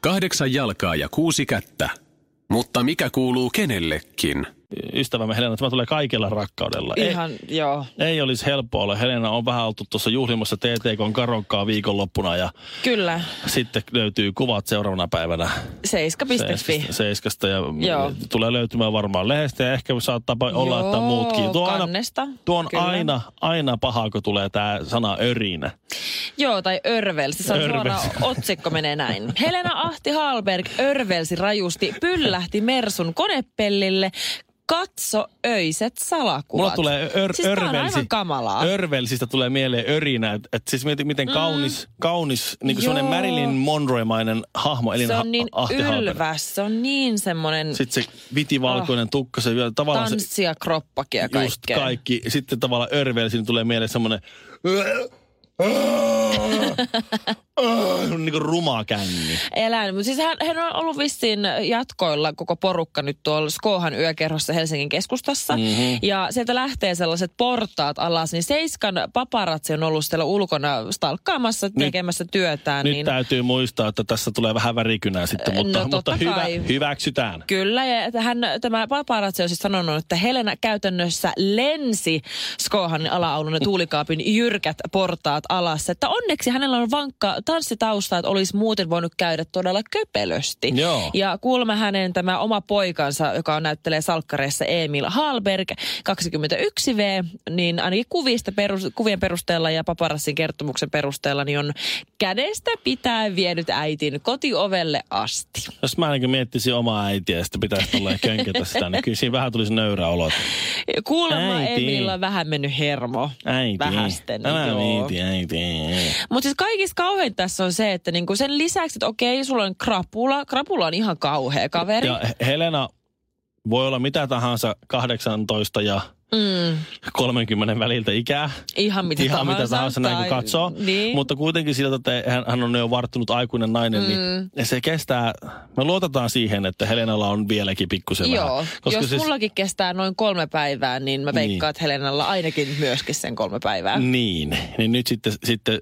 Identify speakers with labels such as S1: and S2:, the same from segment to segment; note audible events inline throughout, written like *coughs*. S1: Kahdeksan jalkaa ja kuusi kättä. Mutta mikä kuuluu kenellekin?
S2: ystävämme Helena, tämä tulee kaikella rakkaudella.
S3: Ihan, joo.
S2: Ei, ei olisi helppoa olla. Helena on vähän oltu tuossa juhlimassa TTK Karonkaa viikonloppuna ja
S3: Kyllä,
S2: sitten löytyy kuvat seuraavana päivänä
S3: seiska.fi.
S2: Seiskasta- Seiskasta ja
S3: Joo.
S2: tulee löytymään varmaan lehdestä ja ehkä saattaa olla,
S3: Joo,
S2: että muutkin. Tuo, aina,
S3: kannesta,
S2: tuo on
S3: kyllä.
S2: aina, aina paha, kun tulee tämä sana örinä.
S3: Joo, tai Örvelsi. Se on
S2: Örvelsi.
S3: suoraan otsikko menee näin. Helena Ahti Hallberg Örvelsi rajusti, pyllähti Mersun konepellille, katso öiset salakuvat.
S2: Mulla tulee ör,
S3: siis tää on
S2: örvelsi.
S3: aivan kamalaa.
S2: Örvelsistä tulee mieleen örinä. Että et siis miten, miten kaunis, mm. kaunis niin
S3: Joo.
S2: sellainen Marilyn Monroe-mainen hahmo. Elina
S3: se
S2: Ha-
S3: on niin
S2: Ahti Hallberg.
S3: ylväs, se on niin semmoinen
S2: Sitten se vitivalkoinen tukka, se vielä tavallaan se,
S3: Ah. tanssia, kroppakia
S2: just
S3: kaikkea.
S2: kaikki. Sitten tavallaan örvelsi, niin tulee mieleen semmoinen niin kuin ruma känni.
S3: elänyt. Mutta siis hän, hän on ollut vissiin jatkoilla koko porukka nyt tuolla Skohan yökerhossa Helsingin keskustassa. Mm-hmm. Ja sieltä lähtee sellaiset portaat alas, niin Seiskan paparatsi on ollut siellä ulkona stalkkaamassa, tekemässä työtään.
S2: Nyt
S3: niin...
S2: täytyy muistaa, että tässä tulee vähän värikynää sitten,
S3: No
S2: mutta, mutta
S3: totta
S2: hyvä,
S3: kai.
S2: hyväksytään.
S3: Kyllä, ja että hän, tämä paparazzi on siis sanonut, että Helena käytännössä lensi Skohan alaulun ja tuulikaapin jyrkät portaat alas. Että onneksi hänellä on vankka tanssitausta, että olisi muuten voinut käydä todella köpelösti.
S2: Joo.
S3: Ja kuulemma hänen tämä oma poikansa, joka näyttelee salkkareissa Emil Hallberg, 21V, niin ainakin kuvista perus, kuvien perusteella ja paparazin kertomuksen perusteella, niin on kädestä pitää vienyt äitin kotiovelle asti.
S2: Jos mä niin miettisin omaa äitiä ja sitten pitäisi tulla könkätä sitä, niin kyllä siinä vähän tulisi nöyrä olo.
S3: Kuulemma
S2: Äiti.
S3: Emilillä on vähän mennyt hermo.
S2: Äiti,
S3: Vähästen,
S2: älä
S3: niin joo.
S2: mieti, äiti.
S3: Mutta siis kaikista kauhein tässä on se, että niinku sen lisäksi, että okei, sulla on krapula. Krapula on ihan kauhea kaveri.
S2: Ja Helena voi olla mitä tahansa 18 ja
S3: Mm,
S2: 30 väliltä ikää.
S3: ihan mitä
S2: Ihan
S3: tahansa.
S2: mitä tahansa näin kun
S3: tai-
S2: katsoo.
S3: Niin.
S2: Mutta kuitenkin siltä, että hän, hän on jo varttunut aikuinen nainen, mm. niin se kestää. Me luotetaan siihen, että Helenalla on vieläkin pikkusen
S3: Joo,
S2: vähän.
S3: jos siis... mullakin kestää noin kolme päivää, niin mä veikkaan,
S2: Niin.
S3: että Helenalla ainakin myöskin sen kolme päivää.
S2: Niin, niin nyt sitten, sitten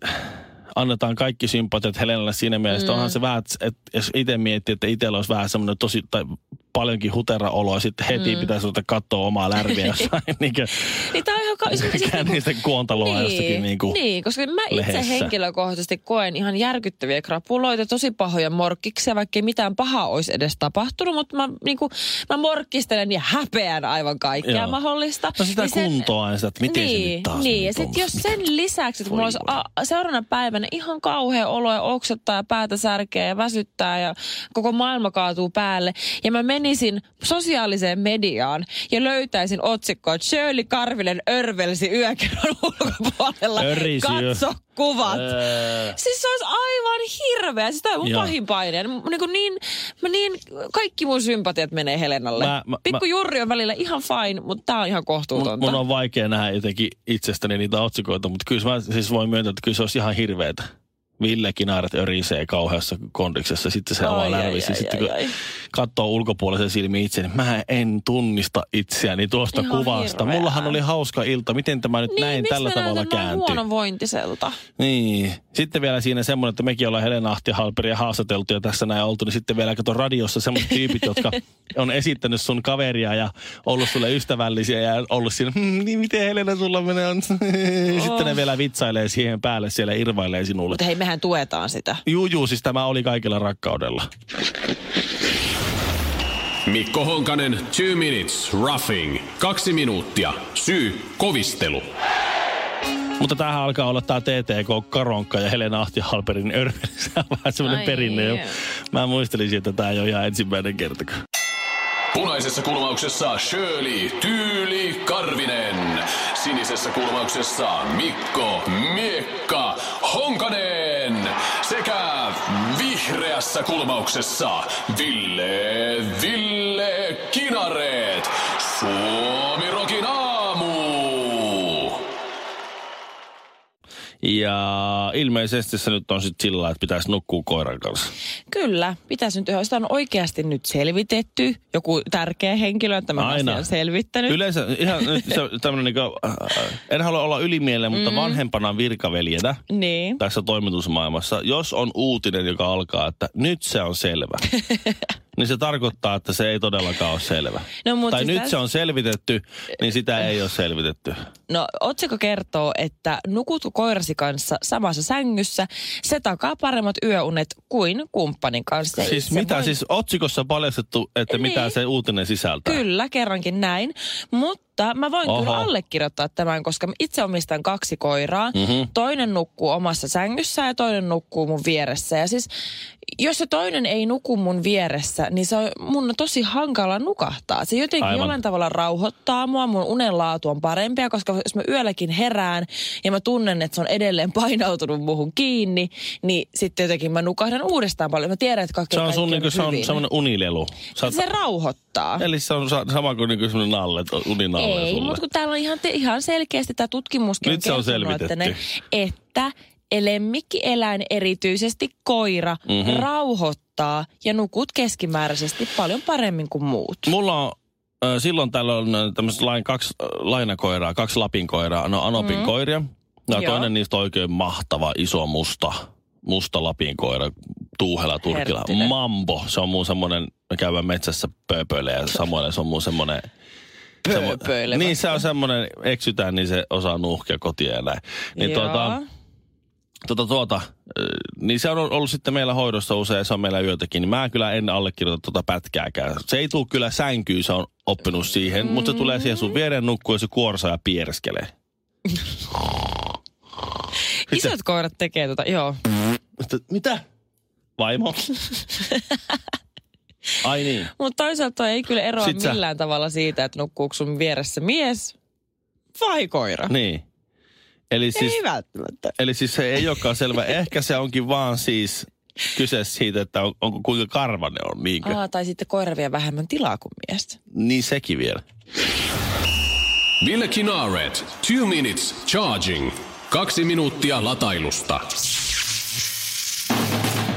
S2: annetaan kaikki sympatiat Helenalle siinä mielessä. Mm. Onhan se vähän, että- että jos itse miettii, että itsellä olisi vähän semmoinen tosi, tai paljonkin huteraolo, ja sitten heti mm. pitäisi ruveta katsoa omaa
S3: *laughs*
S2: lärviä jossain, niin kuin,
S3: Niin tää on ihan
S2: *laughs*
S3: ka- siis- siis niinku-
S2: niistä kuontaloa niin. jostakin niin kuin,
S3: niin, koska mä itse
S2: lehdessä.
S3: henkilökohtaisesti koen ihan järkyttäviä krapuloita, tosi pahoja morkkiksia, vaikkei mitään pahaa olisi edes tapahtunut, mutta mä, niin kuin, mä morkkistelen ja häpeän aivan kaikkea
S2: Joo.
S3: mahdollista.
S2: No sitä
S3: Niin sen-
S2: kuntoa aina sitä, että miten se
S3: niin,
S2: nyt taas
S3: Niin,
S2: niin
S3: ja sitten
S2: tuommoista,
S3: jos sen lisäksi, että
S2: Voi
S3: mulla olisi a, seuraavana päivänä ihan kauhea olo ja oksettaa ja päätä särkeä ja väsyttää ja koko maailma kaatuu päälle. Ja mä menisin sosiaaliseen mediaan ja löytäisin otsikkoa, että Shirley Karvinen örvelsi yökerron ulkopuolella.
S2: Örisi yö.
S3: Katso kuvat.
S2: Öö.
S3: Siis se olisi aivan hirveä. Sitä on mun
S2: Joo.
S3: pahin paine. Niin, kuin niin, mä niin, kaikki mun sympatiat menee Helenalle.
S2: Mä- mä-
S3: Pikku Jurri on välillä ihan fine, mutta tää on ihan kohtuutonta.
S2: Mun, mun on vaikea nähdä jotenkin itsestäni niitä otsikoita, mutta kyllä mä siis voin myöntää, että kyllä se olisi ihan hirveetä. Ville Kinaret örisee kauheassa kondiksessa, sitten se avaa
S3: Ai, ai,
S2: lärvisi.
S3: ai,
S2: Sitten
S3: ai,
S2: kun
S3: ai.
S2: katsoo ulkopuolisen silmiin itse, niin mä en tunnista itseäni tuosta
S3: Ihan
S2: kuvasta.
S3: hirveää.
S2: Mullahan oli hauska ilta, miten tämä nyt
S3: Niin,
S2: näin
S3: miksi
S2: tällä
S3: mä
S2: tavalla
S3: näytän näin
S2: kääntyy.
S3: huonovointiselta?
S2: Niin. Sitten vielä siinä semmoinen, että mekin ollaan Helena Ahti Halperia haastateltu ja tässä näin oltu, niin sitten vielä kato radiossa semmoiset tyypit, jotka on esittänyt sun kaveria ja ollut sulle ystävällisiä ja ollut siinä, "Hmm, niin miten Helena sulla menee *laughs* on? Sitten ne vielä vitsailee siihen päälle siellä ja irvailee sinulle.
S3: Mutta hei, mehän tuetaan sitä.
S2: Juu, juu, siis tämä oli kaikilla rakkaudella.
S1: Mikko Honkanen, two minutes, roughing. Kaksi minuuttia. Syy, kovistelu.
S2: Mutta tämähän alkaa olla tämä TTK Karonka ja Helena Ahti Halperin örveli. Se *laughs* on vähän semmoinen
S3: Ai
S2: perinne. jo.
S3: joo.
S2: Mä muistelin, että tämä ei ole ihan ensimmäinen kerta.
S1: Punaisessa kulmauksessa Shirley Tyyli Karvinen. Sinisessä kulmauksessa Mikko Miekka Honkanen. Sekä vihreä Vihreässä kulmauksessa Ville, Ville, Kinareet. Suomi Rokin aamu.
S2: Ja ilmeisesti se nyt on sitten sillä lailla, että pitäisi nukkua koiran kanssa.
S3: Kyllä, pitäisi nyt, jos tämä on oikeasti nyt selvitetty, joku tärkeä henkilö on tämän
S2: Aina.
S3: asian selvittänyt.
S2: Yleensä ihan nyt se, tämmönen niinku, äh, en halua olla ylimielinen, mutta mm. vanhempana virkaveljetä
S3: niin.
S2: tässä toimitusmaailmassa, jos on uutinen, joka alkaa, että nyt se on
S3: *laughs*
S2: selvä, niin se tarkoittaa, että se ei todellakaan ole selvä.
S3: No, mut
S2: tai
S3: siis
S2: nyt
S3: tässä-
S2: se on selvitetty, niin sitä ei ole selvitetty.
S3: No, otsikko kertoo, että nukutko koirasi kanssa samassa sängyssä, se takaa paremmat yöunet kuin kumppanin kanssa.
S2: siis
S3: Se
S2: mitä,
S3: voi-
S2: siis otsikossa on paljastettu, että
S3: Niin.
S2: mitä se uutinen sisältää.
S3: Kyllä, kerrankin näin. Mutta mä voin
S2: Oho.
S3: Oho. kyllä allekirjoittaa tämän, koska itse omistan kaksi koiraa.
S2: Mhm.
S3: Mm-hmm. Toinen nukkuu omassa sängyssä ja toinen nukkuu mun vieressä. Ja siis, jos se toinen ei nuku mun vieressä, niin se on mun on tosi hankala nukahtaa. Se jotenkin
S2: Aivan.
S3: Aivan. jollain tavalla rauhoittaa mua. Mun unenlaatu on parempia, koska jos mä yölläkin herään ja mä tunnen, että se on edelleen *laughs* painautunut muuhun kiinni, niin sitten jotenkin mä nukahdan uudestaan paljon. Mä tiedän, että kaikki
S2: Se on
S3: kaikki
S2: sun niinku,
S3: nyt
S2: se on
S3: hyvin.
S2: semmoinen unilelu. Sä oot-
S3: Se rauhoittaa.
S2: Eli se on sa- sama kuin niinku semmoinen nalle, to- uninalle
S3: Ei,
S2: sulle.
S3: mutta kun täällä on ihan, te, ihan selkeästi tämä tutkimuskin
S2: Nyt se on
S3: kertonut, että, ne,
S2: selvitetty.
S3: että lemmikkieläin, erityisesti koira,
S2: Mhm.
S3: mm-hmm. rauhoittaa ja nukut keskimääräisesti paljon paremmin kuin muut.
S2: Mulla on ö, silloin täällä on ö, tämmöiset lain, kaksi ö, lainakoiraa, kaksi Lapin koiraa, no Anopin mm. koiria. No,
S3: Joo.
S2: toinen niistä on oikein mahtava, iso musta, musta Lapin koira, Tuuhela Turkila.
S3: Herttinen.
S2: Mambo, se on mun semmoinen, me käydään metsässä pööpöille
S3: *laughs*
S2: ja samoin se on mun semmoinen... semmo-
S3: Pööpöilevä.
S2: Niin se on semmoinen, eksytään, niin se osaa nuuhkia kotia ja näin. Niin
S3: Joo.
S2: tuota, tuota, tuota, ö, niin se on ollut sitten meillä hoidossa usein, se on meillä yötäkin, niin mä kyllä en allekirjoita tuota pätkääkään. Se ei tule kyllä sänkyyn, se on oppinut siihen, mm. mutta se tulee siihen sun viereen nukkuu ja se kuorsaa ja piereskelee.
S3: Isot koirat tekee tota, joo.
S2: Mutta Mitä? *laughs* Vaimo? Ai niin.
S3: Mutta toisaalta toi ei kyllä eroa
S2: Sit sä-
S3: millään tavalla siitä, että nukkuuko sun vieressä mies vai koira.
S2: Niin. Eli siis,
S3: Ei välttämättä.
S2: eli siis se ei olekaan selvä. Ehkä se onkin vaan siis kyse siitä, että on, onko kuinka karva ne on, niinkö?
S3: Aa, tai sitten koira vie vähemmän tilaa kuin mies.
S2: Niin sekin vielä.
S1: Ville Kinareet, two minutes charging. Kaksi minuuttia latailusta.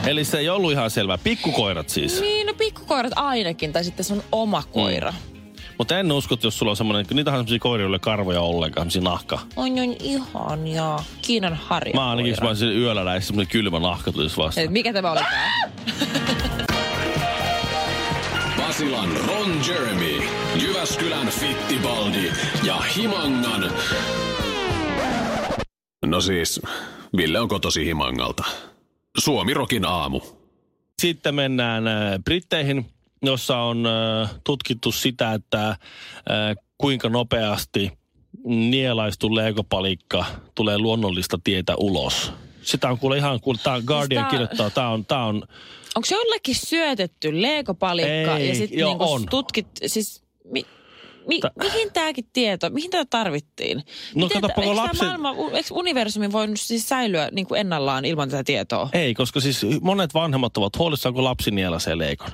S2: Eli se ei ollut ihan selvä. Pikkukoirat siis.
S3: Niin, no pikkukoirat ainakin, tai sitten se on oma
S2: Mm.
S3: koira.
S2: Mutta en usko, että jos sulla on semmoinen, kun niitähän on semmoisia koiria, joilla ei ole karvoja ollenkaan, semmoisia nahka.
S3: On on ihania. Kiinan harja.
S2: Mä ainakin, jos mä olisin yöllä näissä semmoinen kylmä nahka tulisi vastaan.
S3: Mikä tämä olikaan?
S1: Basilan Ron Jeremy, Jyväskylän Fittibaldi ja Himangan... No siis, Ville onko tosi Himangalta? Suomi Rokin aamu.
S2: Sitten mennään äh, Britteihin, jossa on äh, tutkittu sitä, että äh, kuinka nopeasti nielaistu leikopalikka tulee luonnollista tietä ulos. Sitä on kuule ihan, kuule, tää Guardian
S3: Siis tää-
S2: kirjoittaa, tää on, tää on,
S3: Onko se jollekin syötetty leekopalikka
S2: Ei,
S3: ja sitten
S2: joo,
S3: niinku
S2: on.
S3: tutkit, siis mi, mi,
S2: Tä-
S3: mihin tämäkin tieto, mihin tätä tarvittiin?
S2: No kato, kun
S3: eikö tää
S2: lapset-
S3: maailma, eikö universumi voinut siis säilyä niin kuin ennallaan ilman tätä tietoa?
S2: Ei, koska siis monet vanhemmat ovat huolissaan, kun lapsi nielasee leikon.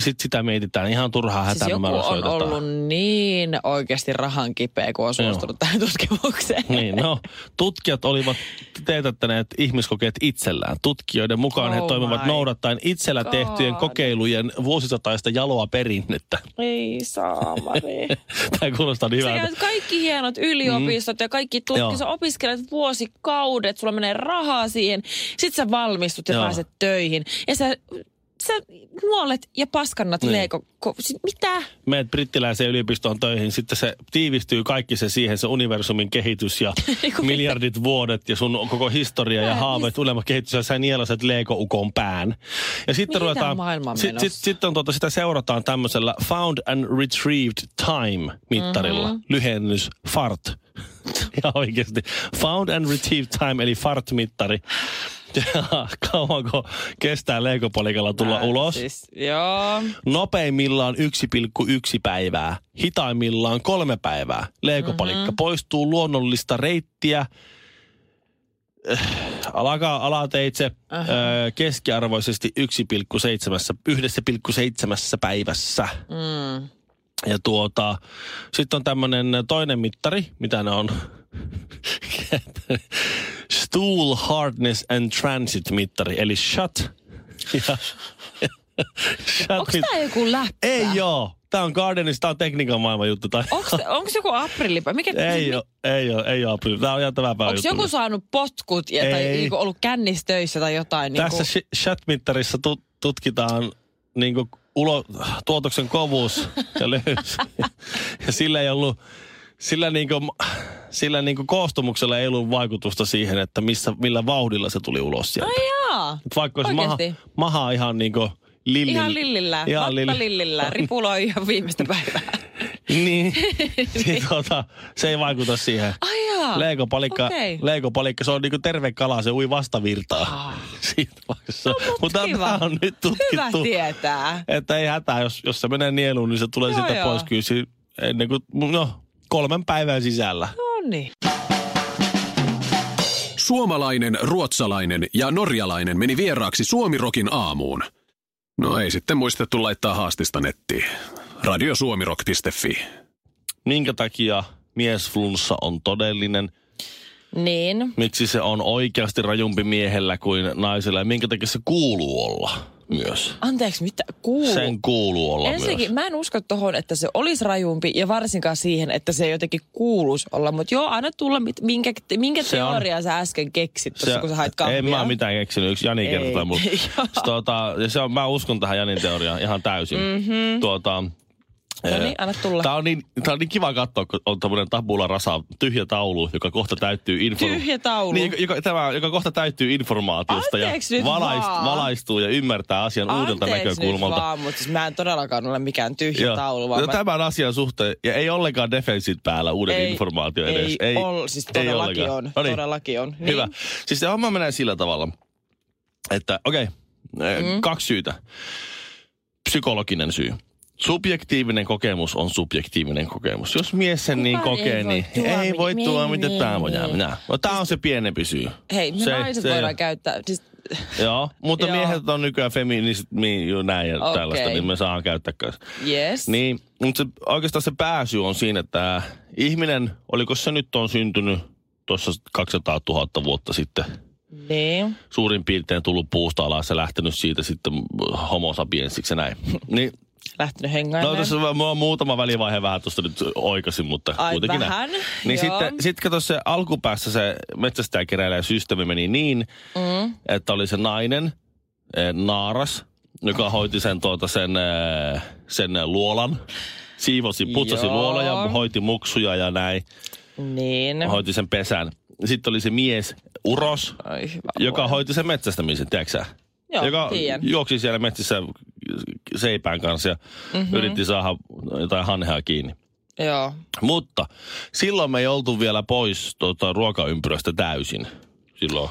S2: Sitten sitä mietitään ihan turhaa hätää.
S3: Siis joku on ollut niin oikeasti rahan kipeä, kun on
S2: Joo.
S3: suostunut tähän tutkimukseen.
S2: Niin, no. Tutkijat olivat teetättäneet ihmiskokeet itsellään. Tutkijoiden mukaan oh he
S3: Oh
S2: toimivat
S3: my
S2: noudattaen itsellä
S3: God.
S2: tehtyjen kokeilujen vuosisataista jaloa perinnettä. *laughs*
S3: Ei saamari.
S2: Tämä kuulostaa niin
S3: Sä
S2: hyvältä.
S3: käyt kaikki hienot yliopistot ja kaikki
S2: Mm. Joo.
S3: tutkit, sä opiskelet vuosikaudet, sulla menee rahaa siihen, sit sä valmistut ja
S2: Joo.
S3: pääset töihin. Ja sä, sä nuolet ja paskannat
S2: Niin.
S3: niin. leiko. ko- sit Mitä?
S2: menet brittiläiseen yliopistoon töihin, sitten se tiivistyy kaikki se siihen, se universumin kehitys
S3: *laughs*
S2: ja miljardit vuodet ja sun koko historia ja haaveet, ulemmat kehitys ja sä nielaset leikoukon pään. Ja sitten
S3: Mihin tää
S2: ruvetaan,
S3: maailma on
S2: sitten sit,
S3: menossa?
S2: sit on tuota, sitä seurataan tämmöisellä found and retrieved time mittarilla,
S3: Mhm.
S2: mm-hmm. lyhennys FART. *laughs* ja oikeasti. Found and retrieved time eli FART-mittari. *laughs* Ja kauanko kestää leikopalikalla tulla
S3: Mä
S2: ulos.
S3: Siis, joo.
S2: Nopeimmillaan 1,1 päivää, hitaimmillaan kolme
S3: Mhm.
S2: päivää. Leikopalikka mm-hmm. poistuu luonnollista reittiä. Äh, alaka, alateitse äh, keskiarvoisesti 1,7, 1,7 päivässä.
S3: Mm.
S2: Ja tuota, sitten on tämmöinen toinen mittari, mitä ne on. *laughs* Stool Hardness and Transit mittari, eli shut. Ja, *laughs* shut
S3: Onko
S2: mit-
S3: tämä joku läppä?
S2: Ei joo. Tämä on Guardianista, tämä on tekniikan maailman juttu. Tai...
S3: Onko joku aprillipä? Mikä
S2: Ei ole, ei ole, ei ole. Tämä on ihan tämän päivän
S3: Onko
S2: juttu.
S3: joku saanut potkut ja, tai
S2: Ei.
S3: niinku ollut kännistöissä tai jotain?
S2: Tässä
S3: niinku,
S2: shi- chat-mittarissa tu- tutkitaan niin ulo- tuotoksen kovuus ja *laughs* leveys. ja sillä ei ollut, sillä, niin kuin, sillä niin kuin koostumuksella ei ollut vaikutusta siihen, että missä, millä vauhdilla se tuli ulos sieltä.
S3: jaa.
S2: Et vaikka olisi maha,
S3: Oikeesti?
S2: maha ihan niin kuin lillillä.
S3: Ihan lillillä,
S2: Ihan
S3: ihan
S2: lill-
S3: lillillä, ripuloi ihan viimeistä päivää.
S2: *laughs*
S3: *laughs*
S2: Niin. niin. Tuota, se ei vaikuta siihen.
S3: Ai jaa.
S2: Leikopalikka,
S3: Okei.
S2: leikopalikka, se on niinku terve kala, se ui vastavirtaa. Ah. *laughs* Siitä vaiheessa.
S3: No, mut
S2: Mutta
S3: kiva.
S2: tämä on nyt
S3: Hyvä
S2: tutkittu.
S3: tietää.
S2: Että ei hätää, jos, jos se menee nieluun, niin se tulee
S3: Joo,
S2: joo, siitä
S3: joo.
S2: joo. pois kyllä si- ennen kuin, no, kolmen päivän sisällä.
S3: No niin.
S1: Suomalainen, ruotsalainen ja norjalainen meni vieraaksi Suomirokin aamuun. No ei sitten muistettu laittaa haastista nettiin. Radiosuomirok.fi.
S2: Minkä takia miesflunssa on todellinen?
S3: Niin,
S2: Miksi se on oikeasti rajumpi miehellä kuin naisella? Ja minkä takia se kuuluu olla myös?
S3: anteeksi, mitä kuuluu?
S2: Sen kuuluu olla myös.
S3: Ensinnäkin mä en usko tohon, että se olisi rajumpi ja varsinkaan siihen, että se ei jotenkin kuuluisi olla. Mutta joo, anna tulla, mit- minkä, minkä
S2: Se on-
S3: teoria sä äsken keksit tuossa, kun sä hait kahvia.
S2: En mä oo mitään keksinyt, yksi Jani
S3: Ei.
S2: kertoi mulle.
S3: *laughs* Joo.
S2: Siis tuota, ja se on, mä uskon tähän Janin teoriaan ihan täysin. Mm-hmm. Tuota,
S3: No niin, anna tulla.
S2: Tää on, niin, tää on niin kiva katsoa, kun on tämmönen tabula rasa, tyhjä taulu, joka kohta täyttyy inform...
S3: Tyhjä taulu.
S2: Niin, joka, tämä, joka kohta täyttyy informaatiosta
S3: Anteeksi
S2: ja
S3: nyt vaan.
S2: valaistuu ja ymmärtää asian uudelta
S3: Anteeksi
S2: näkökulmalta.
S3: nyt vaan, mutta siis mä en todellakaan ole mikään tyhjä
S2: Joo.
S3: taulu, vaan
S2: no,
S3: mä
S2: tämän asian suhteen, ja ei ollenkaan defensit päällä uuden
S3: Ei,
S2: informaation
S3: ei
S2: edes.
S3: ol- siis todellakin
S2: ollenkaan.
S3: on,
S2: No niin.
S3: todellakin on. Niin.
S2: Hyvä. Siis se homma menee sillä tavalla, että okei, okay, mm. kaksi syytä. Psykologinen syy. Subjektiivinen kokemus on subjektiivinen kokemus. Jos mies sen niin
S3: Kukaan ei
S2: kokee,
S3: voi
S2: niin
S3: tuomita.
S2: ei voi
S3: Niin,
S2: tuoda, mitä
S3: niin,
S2: tämä voi
S3: niin.
S2: minä. No, tämä on se pienempi syy.
S3: Hei, me
S2: se,
S3: naiset voidaan käyttää. Siis,
S2: Joo, mutta
S3: Joo.
S2: miehet on nykyään feminismi ja näin ja
S3: Okei.
S2: tällaista, niin me saadaan käyttää kanssa.
S3: yes.
S2: Niin, mutta se, oikeastaan se pääsy on siinä, että ihminen, oliko se nyt on syntynyt tuossa 200 000 vuotta sitten,
S3: niin.
S2: suurin piirtein tullut puusta alas ja lähtenyt siitä sitten homo sapiensiksi ja näin. *laughs* Niin,
S3: Lähtenyt hengailemaan.
S2: no tässä on vaan- mulla on muutama välivaihe vähän tuosta nyt oikasin, mutta
S3: Ai
S2: kuitenkin näin.
S3: vähän,
S2: Niin
S3: joo.
S2: sitten sit kato se alkupäässä se metsästäjäkeräilijä systeemi meni niin, mm. että oli se nainen, eh, naaras, joka hoiti sen, tuota, sen, eh, sen eh, luolan. Siivosi, putsasi
S3: Joo.
S2: luola ja hoiti muksuja ja näin.
S3: Niin.
S2: Hoiti sen pesän. Sitten oli se mies, uros,
S3: Ai hyvä
S2: joka
S3: voi.
S2: hoiti sen metsästämisen, tiedätkö sä?
S3: Joo,
S2: joka
S3: tiedän.
S2: juoksi siellä metsissä seipään kanssa ja
S3: Mhm.
S2: mm-hmm. yritti saada jotain hanhea kiinni.
S3: Joo.
S2: Mutta silloin me ei oltu vielä pois tuota, ruokaympyrästä täysin. Silloin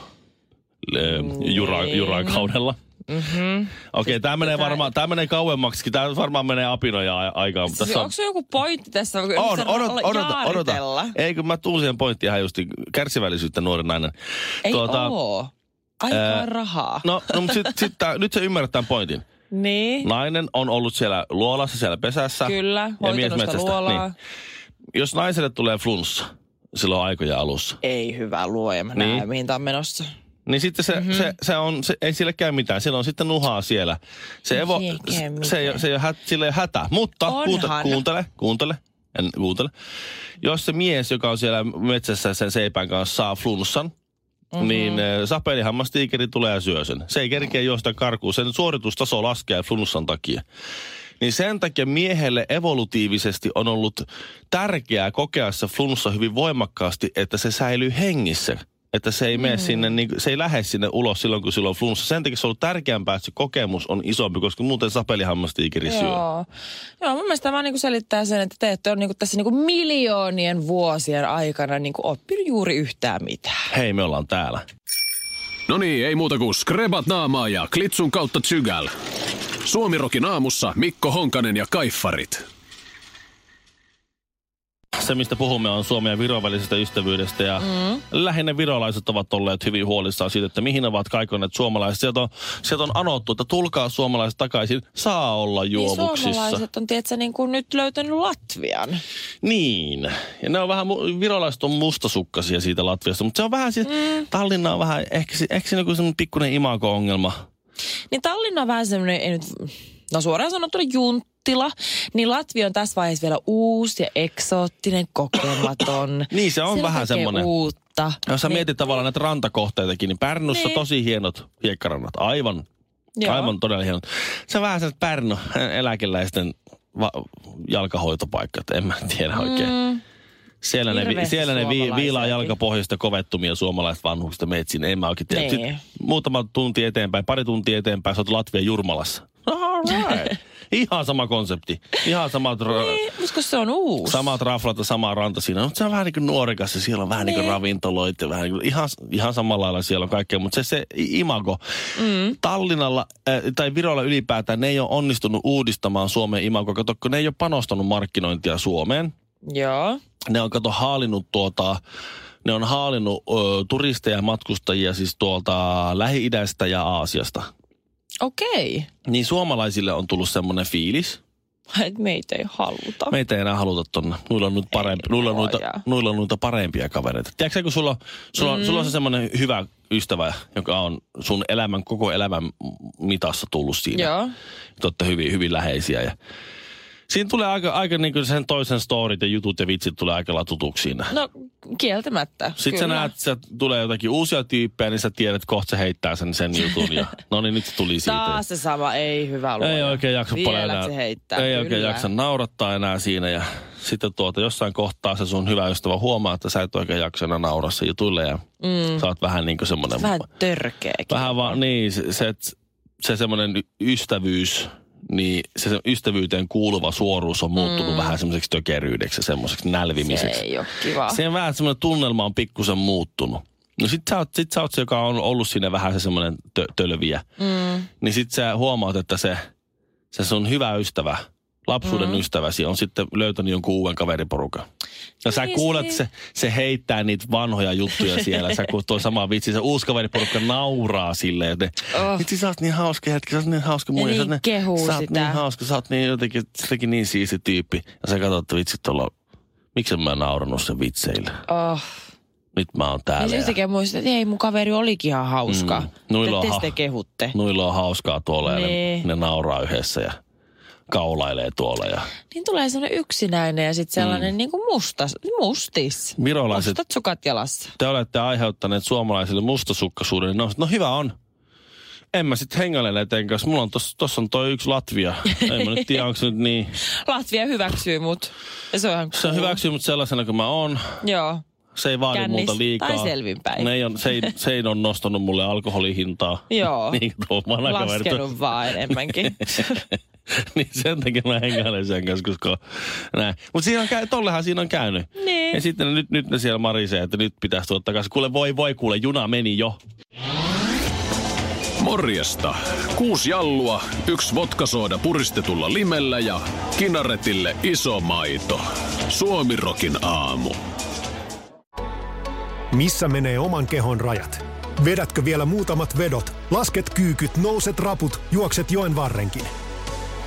S2: ö,
S3: Niin.
S2: jura, jurakaudella. Mm-hmm.
S3: Mhm.
S2: Okei, okay,
S3: Siis
S2: tämä menee varmaan, tämä menee kauemmaksi, tämä varmaan menee apinoja a- aikaan. mutta
S3: Siis
S2: tässä on-
S3: onko se joku pointti tässä? Onko
S2: on,
S3: yritetään
S2: odota,
S3: olla-
S2: odota, odota.
S3: jaaritella?
S2: Ei, kun mä tuun siihen pointtiin ihan justi kärsivällisyyttä nuori nainen.
S3: Ei oo. Aikaa rahaa.
S2: Tuota- No, no mutta sit, sit tää, nyt se ymmärrät tämän pointin.
S3: niin.
S2: Nainen on ollut siellä luolassa, siellä pesässä.
S3: Kyllä,
S2: ja
S3: hoitanut
S2: mies
S3: sitä
S2: metsästä.
S3: luolaa.
S2: Niin. Jos naiselle tulee flunssa silloin aikoja alussa,
S3: Ei hyvä luoja, mä
S2: Niin.
S3: näen mihin tää on menossa.
S2: niin sitten se,
S3: Mhm.
S2: mm-hmm. se, se on, se, ei sille käy mitään. Sillä on sitten nuhaa siellä. Se evo,
S3: Ei käy
S2: se,
S3: mitään.
S2: se, ei, oo- se ei ole hät, sillä ei ole hätä. Mutta kuuntele,
S3: Onhan.
S2: kuuntele, kuuntele, en kuuntele. Jos se mies, joka on siellä metsässä sen seipään kanssa, saa flunssan, Mm-hmm. Niin eh, sapelihammastiikeri tulee ja syö sen. Se ei kerkeä juosta karkuun. Sen suoritustaso laskee flunssan takia. Niin sen takia miehelle evolutiivisesti on ollut tärkeää kokea se flunssa hyvin voimakkaasti, että se säilyy hengissä. Että se ei, mene sinne, niin, se ei lähde sinne ulos silloin, kun sillä on flunssa. Sen takia se on ollut tärkeämpää, että se kokemus on isompi, koska muuten sapelihammastiikeri syö.
S3: Joo. Joo, mun mielestä tämä niinku selittää sen, että te ette ole niinku tässä niinku miljoonien vuosien aikana niinku oppinut juuri yhtään mitään.
S2: Hei, me ollaan täällä.
S1: No niin, ei muuta kuin skrebat naamaa ja klitsun kautta tsygäl. Suomirokin aamussa Mikko Honkanen ja Kaiffarit.
S2: se, mistä puhumme, on Suomen ja Viron välisestä ystävyydestä. Ja mm. lähinnä virolaiset ovat olleet hyvin huolissaan siitä, että mihin ovat kaikoneet suomalaiset. Sieltä on, sieltä on anottu, että tulkaa suomalaiset takaisin, saa olla juovuksissa.
S3: Niin suomalaiset on tietysti niin kuin nyt löytänyt Latvian.
S2: Niin. Ja ne on vähän, mu- virolaiset on mustasukkasia siitä Latviasta, mutta se on vähän siis, mm. Tallinna on vähän, ehkä, se- ehkä siinä on semmoinen pikkuinen imago-ongelma.
S3: Niin Tallinna on vähän semmoinen, ei nyt, no suoraan sanottuna junttila, niin Latvia on tässä vaiheessa vielä uusi ja eksoottinen,
S2: *coughs*
S3: kokematon.
S2: Niin, se on
S3: Siellä
S2: vähän No
S3: kaikkea
S2: semmoinen.
S3: uutta.
S2: Ja Jos sä
S3: Niin,
S2: mietit tavallaan näitä rantakohteitakin, niin Pärnussa
S3: Niin.
S2: tosi hienot hiekkarannat, aivan.
S3: Joo.
S2: Aivan todella hienot. Se on vähän se Pärnu, eläkeläisten va- jalkahoitopaikka, että en mä tiedä oikein. Mm. Siellä ne, vi-
S3: Hirveästi
S2: siellä ne vi- viilaa
S3: suomalaisiakin.
S2: jalkapohjista kovettumia suomalaiset vanhukset metsin, en mä oikein tiedä.
S3: Niin.
S2: Sitten muutama tunti eteenpäin, pari tuntia eteenpäin, sä oot Latvian Jurmalassa. No, All
S3: *laughs*
S2: right. Ihan sama konsepti. Ihan samat, ra-
S3: Niin, mutta kun se on uusi.
S2: samat raflat ja sama ranta siinä. Mutta se on vähän niin kuin nuorikas ja siellä on vähän niin kuin ravintoloita. Vähän niin kuin, ihan, ihan samalla lailla siellä on kaikkea. Mutta se, se i- imago. Mm. Tallinnalla äh, tai Virolla ylipäätään ne ei ole onnistunut uudistamaan Suomen imagoa. Kato, kun ne ei ole panostanut markkinointia Suomeen.
S3: Joo.
S2: Ne on kato haalinnut tuota... Ne on haalinnut ö, turisteja ja matkustajia siis tuolta Lähi-idästä ja Aasiasta.
S3: Okei.
S2: Niin suomalaisille on tullut semmoinen fiilis,
S3: Et meitä ei haluta.
S2: Meitä ei enää haluta tonne. Nuilla on, nyt parempi, nuilla on, noita,
S3: luoja.
S2: nuilla on noita parempia kavereita. Tiedätkö sä, kun sulla, sulla, mm. sulla on se semmoinen hyvä ystävä, joka on sun elämän, koko elämän mitassa tullut siinä.
S3: Joo.
S2: Te olette hyvin, hyvin läheisiä. Ja siinä tulee aika, aika niin kuin sen toisen storit ja jutut ja vitsit tulee aika lailla tutuksi siinä.
S3: No, kieltämättä.
S2: Sitten sä
S3: kyllä.
S2: näet, että tulee jotakin uusia tyyppejä, niin sä tiedät, että kohta se heittää sen, sen jutun.
S3: *laughs*
S2: Ja, no niin, nyt se tuli siitä.
S3: Taas se sama, ei hyvä luoja.
S2: Ei oikein jaksa
S3: Vielä
S2: paljon enää.
S3: se heittää.
S2: ei
S3: kyllä.
S2: oikein jaksa naurattaa enää siinä ja sitten tuota jossain kohtaa se sun hyvä ystävä huomaa, että sä et oikein jaksa enää nauraa se jutuille ja mm. sä oot vähän niin kuin semmoinen...
S3: Vähän törkeäkin.
S2: vähän vaan, niin se, se, se semmoinen ystävyys, niin se, se ystävyyteen kuuluva suoruus on muuttunut mm. vähän semmoiseksi tökeryydeksi ja semmoiseksi
S3: Se
S2: nälvimiseksi.
S3: ei ole kiva.
S2: Se on vähän semmoinen tunnelma on pikkusen muuttunut. No sit sä, oot, sit sä oot se, joka on ollut siinä vähän se semmoinen tö, tölviä. Mm. Niin sit sä huomaat, että se, se sun hyvä ystävä, lapsuuden mm. ystäväsi on sitten löytänyt jonkun uuden kaveriporukan. Ja sä
S3: Niin,
S2: kuulet,
S3: niin.
S2: se, se heittää niitä vanhoja juttuja siellä. Sä kuulet tuo sama vitsi, se uusi kaveriporukka nauraa sille. Ja ne, oh.
S3: Oh.
S2: Vitsi, sä oot niin hauska hetki, sä oot niin hauska muija.
S3: niin
S2: sä oot niin-
S3: kehuu
S2: sä oot
S3: sitä.
S2: niin hauska, sä oot niin jotenkin, jotenkin niin siisti tyyppi. Ja sä katsot, että vitsi, tuolla, miksi mä naurannut sen vitseille?
S3: Oh.
S2: nyt mä oon
S3: Ja
S2: täällä.
S3: sen
S2: Ja
S3: takia muistin, että ei mun kaveri olikin ihan hauska.
S2: Mm. Nuilla on
S3: Te, te
S2: ha-
S3: sitä kehutte.
S2: nuilla on hauskaa tuolla ja ne,
S3: Niin.
S2: ne nauraa yhdessä ja kaulailee tuolla. Ja
S3: Niin tulee sellainen yksinäinen ja sitten sellainen mm. niin kuin mustas, mustis.
S2: virolaiset,
S3: Mustat sukat jalassa.
S2: te olette aiheuttaneet suomalaisille mustasukkaisuuden. No, no hyvä on. En mä sit hengaile näiden kanssa. Mulla on tossa, tossa on toi yksi
S3: *laughs*
S2: Latvia. En mä nyt tiedä, onko se nyt niin.
S3: Latvia hyväksyy mut. Ja se on ihan
S2: Se
S3: cool.
S2: hyväksyy mut sellaisena kuin mä oon.
S3: Joo.
S2: Se ei vaadi
S3: Kännis
S2: multa liikaa.
S3: tai selvinpäin.
S2: Ne ei on, se, ei, se ei on nostanut mulle alkoholihintaa.
S3: *laughs* Joo.
S2: *laughs* niin kuin tuo vanha kaveri.
S3: Laskenut vaan enemmänkin.
S2: *laughs* niin sen takia mä hengailen sen kanssa, koska näin. Mutta siinä on, käy- tollehan siinä on käynyt.
S3: Niin.
S2: Ja sitten ne, nyt, nyt ne siellä marisee, että nyt pitäisi tulla takaisin. Kuule voi voi, kuule juna meni jo.
S1: Morjesta. Kuusi jallua, yksi vodkasooda puristetulla limellä ja kinaretille iso maito. Suomirokin aamu.
S4: Missä menee oman kehon rajat? Vedätkö vielä muutamat vedot? Lasket kyykyt, nouset raput, juokset joen varrenkin.